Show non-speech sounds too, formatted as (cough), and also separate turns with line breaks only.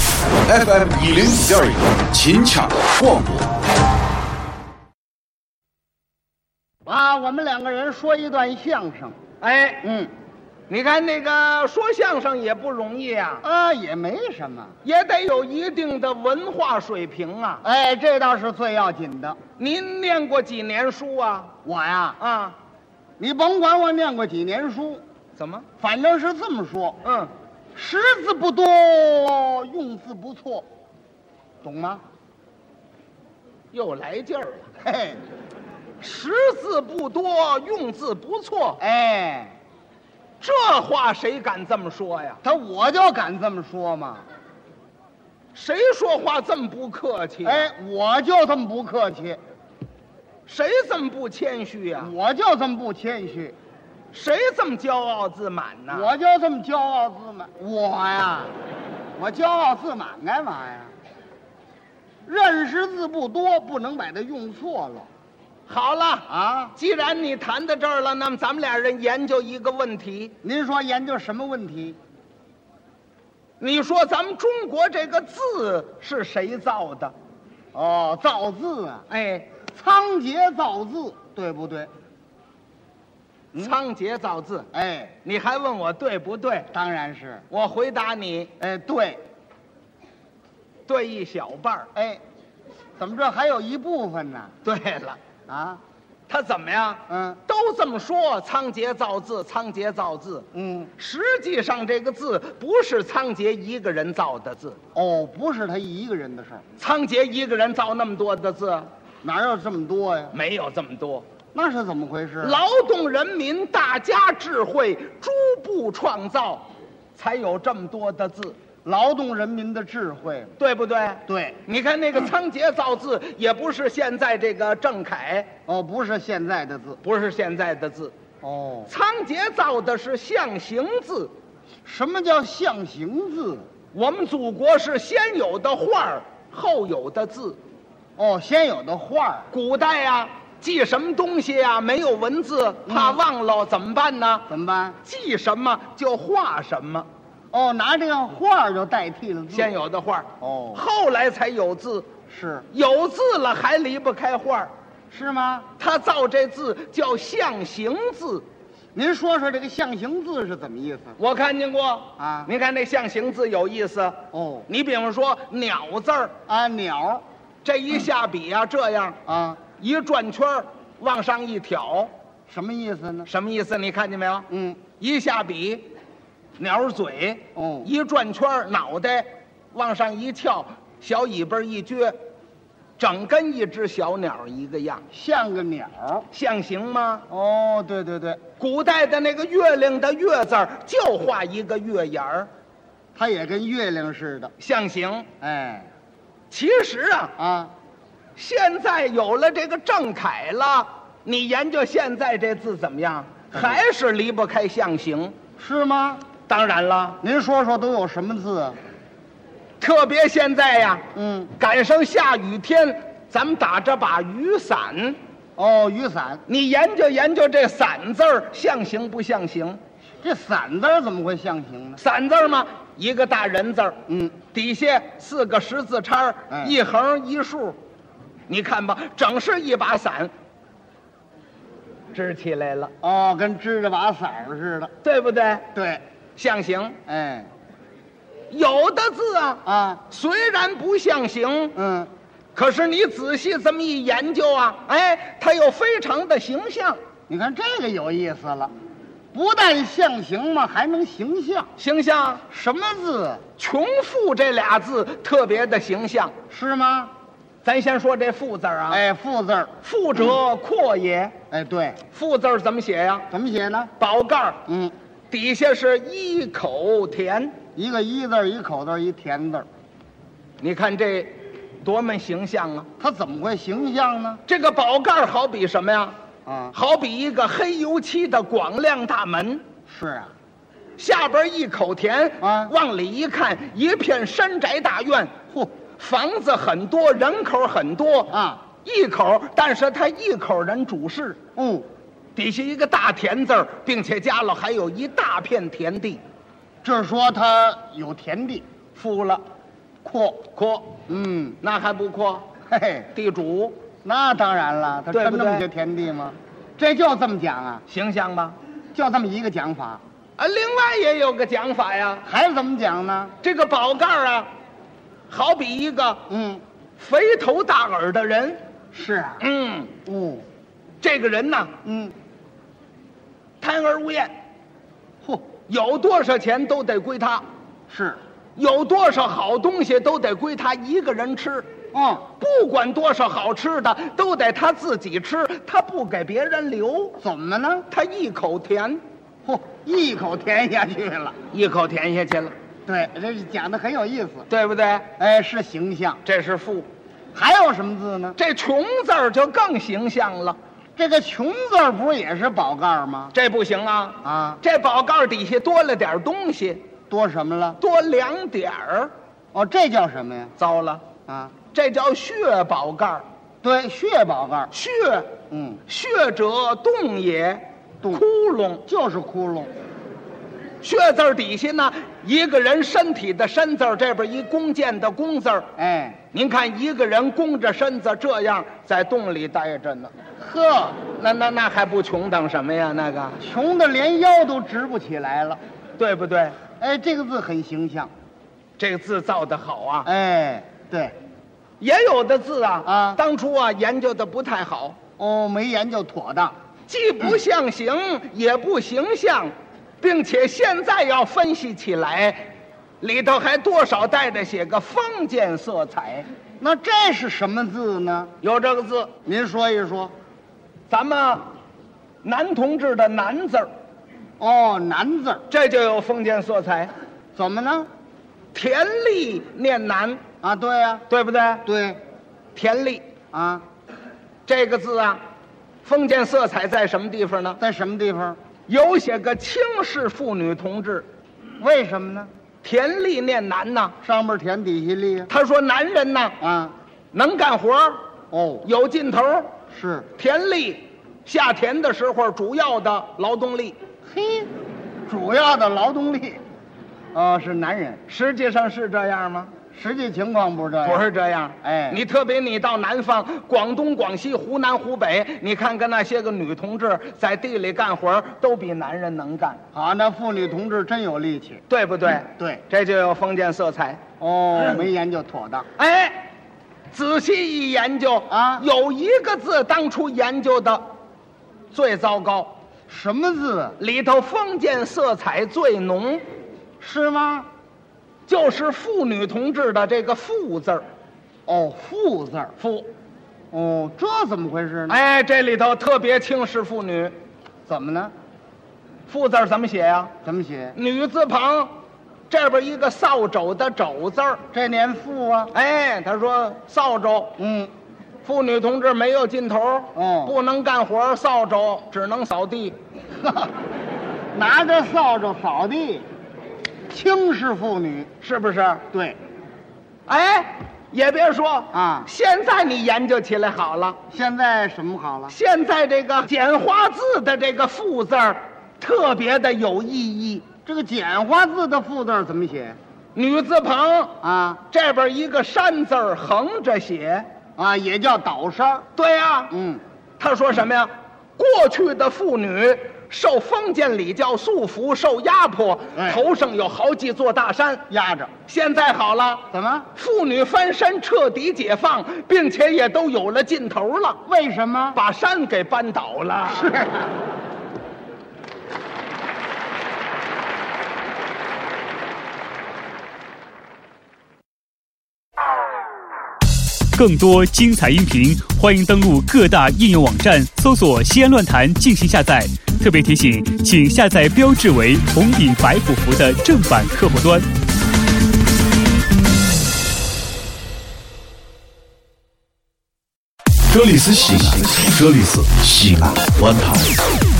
FM 一零五点一，秦腔广播。
啊，我们两个人说一段相声，
哎，
嗯，
你看那个说相声也不容易啊，
啊，也没什么，
也得有一定的文化水平啊。
哎，这倒是最要紧的。
您念过几年书啊？
我呀，
啊，
你甭管我念过几年书，
怎么？
反正是这么说，
嗯，
识字不多，用字不错，懂吗？
又来劲儿了。
嘿嘿，
识字不多，用字不错，
哎，
这话谁敢这么说呀？
他我就敢这么说嘛，
谁说话这么不客气、啊
哎，，我就这么不客气，
谁这么不谦虚呀、
我就这么不谦虚，
谁这么骄傲自满呢、
我就这么骄傲自满。我呀，我骄傲自满干嘛呀？认识字不多，不能把它用错了
好了啊，
啊！
既然你谈到这儿了，那么咱们俩人研究一个问题。
您说研究什么问题？
你说咱们中国这个字是谁造的？
哦，造字啊，
哎，
仓颉造字，对不对？
仓颉造字。
哎，
你还问我对不对？
当然是，
我回答你，
哎，对，
对一小半儿。
哎，怎么这还有一部分呢？
对了，
啊，
他怎么样？
嗯
都这么说，仓颉造字，仓颉造字。
嗯，
实际上，这个字不是仓颉一个人造的字，
哦，不是他一个人的事儿，
仓颉一个人造那么多的字，
哪有这么多呀？
没有这么多。
那是怎么回事？啊
劳动人民大家智慧，逐步创造，才有这么多的字，
劳动人民的智慧嘛
对不对？
对，
你看那个仓颉造字，也不是现在这个郑恺，
哦，不是现在的字，
不是现在的字。
哦，
仓颉造的是象形字。
什么叫象形字？
我们祖国是先有的画儿，后有的字。
哦，先有的画儿
古代呀、记什么东西呀、没有文字，
嗯
怕忘了、怎么办呢？
怎么办？
记什么就画什么，
哦，拿这样画儿就代替了字。
先有的画儿，
哦
后来才有字。
是
有字了还离不开画儿，
是吗？
他造这字叫象形字。
您说说这个象形字是怎么意思？
我看见过
啊
你看那象形字有意思。
哦，
你比方说“鸟”字儿，
啊，鸟
这一下笔啊，这样
啊，
一转圈儿往上一挑，
什么意思呢？
什么意思？你看见没有？
嗯，
一下笔，鸟儿嘴，
哦
一转圈儿脑袋往上一翘，小尾巴一撅，整跟一只小鸟儿一个样，
像个鸟儿。
象形吗？
哦，对对对，
古代的那个月亮的“月”字儿，就画一个月牙儿，
它也跟月亮似的。
象形。
哎，
其实啊，
啊，
现在有了这个郑恺了，你研究现在这字怎么样？还是离不开象形。
是吗？
当然了，
您说说都有什么字啊？
特别现在呀，
嗯，
赶上下雨天，咱们打着把雨伞，
哦，雨伞。
你研究研究这“伞”字儿象形不象形？
这伞字儿怎么会象形呢？
伞字儿嘛，一个大人字儿，
嗯，
底下四个十字叉儿，
嗯
一横一竖，你看吧，整是一把伞，支起来了，
哦，跟支着把伞儿似的。
对不对？
对，
象形，
哎，
有的字啊，
啊，
虽然不象形，
嗯，
可是你仔细这么一研究啊，哎，它又非常的形象，
你看这个有意思了，不但象形嘛，还能形象。
形象。
什么字？
穷富这俩字特别的形象，
是吗？
咱先说这富字儿啊，，
哎，富字儿，
富者阔也，
哎，对，
富字儿怎么写呀、
怎么写呢？
宝盖儿
嗯，
底下是一口田，
一个一字儿，一口字儿，一田字儿，
你看这多么形象啊！
它怎么会形象呢？
这个宝盖儿好比什么呀？
啊，
好比一个黑油漆的广亮大门，
是啊，
下边一口田
啊
往里一看，一片山宅大院，
嚯，
房子很多，人口很多
啊，
一口，但是他一口人主事。
哦，
底下一个大田字儿，并且加了还有一大片田地，
这说它有田地，
富了。
阔，
阔，
嗯，
那还不阔？
嘿嘿，
地主
那当然了，他
对不
真那么
对
些田地吗？这就这么讲啊，
形象吧？
就这么一个讲法，
啊，另外也有个讲法呀，
还怎么讲呢？
这个宝盖儿啊，好比一个
嗯，
肥头大耳的人，
是啊，
嗯，
嗯
这个人呐，
嗯，
贪而无厌，
嚯，
有多少钱都得归他，
是，
有多少好东西都得归他一个人吃，
嗯，
不管多少好吃的都得他自己吃，他不给别人留，
怎么呢？
他一口甜，
嚯，一口甜下去了。
一口甜下去了，
对，这是讲的很有意思。
对不对？
哎，是形象，
这是富，
还有什么字呢？
这穷字儿就更形象了，
这个“穷”字儿不是也是宝盖儿吗？
这不行啊！
啊，
这宝盖儿底下多了点儿东西，
多什么了？
多两点儿，
哦，这叫什么呀？
糟了，
啊，
这叫血宝盖儿，
对，血宝盖儿。
血，
嗯，
血者洞也，
洞
窟窿。
就是窟窿。
血字儿底下呢，一个人身体的身字儿，这边一弓箭的弓字儿。
哎，
您看，一个人弓着身子这样在洞里待着呢，
呵，
那那那还不穷等什么呀？那个，
穷的连腰都直不起来了。
对不对？
哎，这个字很形象。
这个字造的好啊，
哎，对，
也有的字啊
啊
当初啊研究的不太好，
哦，没研究妥当。
既不象形，也不形象，并且现在要分析起来，里头还多少带着些个封建色彩。
那这是什么字呢？
有这个字，
您说一说。
咱们男同志的“男”字儿，
哦，男字儿
这就有封建色彩。
怎么呢？
田力念“男
啊，对呀、”，
对不对？
对，
田力
啊，
这个字啊，封建色彩在什么地方呢？
在什么地方？
有些个轻视妇女同志，
为什么呢？
田力念“男”呐。
上边甜，底下利呀。
他说：“男人呐，
啊，
能干活儿，
哦，
有劲头儿，
是，
田力，下田的时候主要的劳动力，
嘿，主要的劳动力，哦，是男人。
实际上是这样吗？
实际情况不是这样。
不是，这样，
哎
你特别你到南方，广东、广西、湖南、湖北，你看看那些个女同志在地里干活儿，都比男人能干，
好，那妇女同志真有力气。
对不对？
嗯对，
这就有封建色彩。 (clears throat)
哦，没研究妥当。
哎，仔细一研究
啊
有一个字当初研究的最糟糕，
什么字？啊
里头封建色彩最浓，
是吗？
就是妇女同志的这个“妇”字儿，
哦，妇字儿。
妇。
哦，这怎么回事呢？
哎，这里头特别轻视妇女，
怎么呢？
妇字儿怎么写呀、
怎么写？
女字旁，这边一个扫帚的帚字儿。
这年妇啊。
哎，他说扫帚，
嗯，
妇女同志没有劲头儿，
哦
不能干活儿，扫帚只能扫地。
呵，拿着扫帚扫地，轻视妇女。
是不是？
对，
哎，也别说
啊
现在你研究起来好了。
现在什么好了？
现在这个简化字的这个“富”字儿，特别的有意义。
这个简化字的“妇”字儿怎么写
女字旁
啊？
这边一个山字儿横着写，
啊，也叫倒山儿。
对呀、
嗯，
他说什么呀？过去的妇女受封建礼教束缚，受压迫，
哎
头上有好几座大山。
压着。
现在好了，
怎么？
妇女翻身彻底解放，并且也都有了劲头了，
为什么？
把山给扳倒了。
是
更多精彩音频，欢迎登录各大应用网站搜索“西安论坛”进行下载。特别提醒，请下载标志为红顶白虎符的正版客户端。
这里是西安，这里是西安论坛。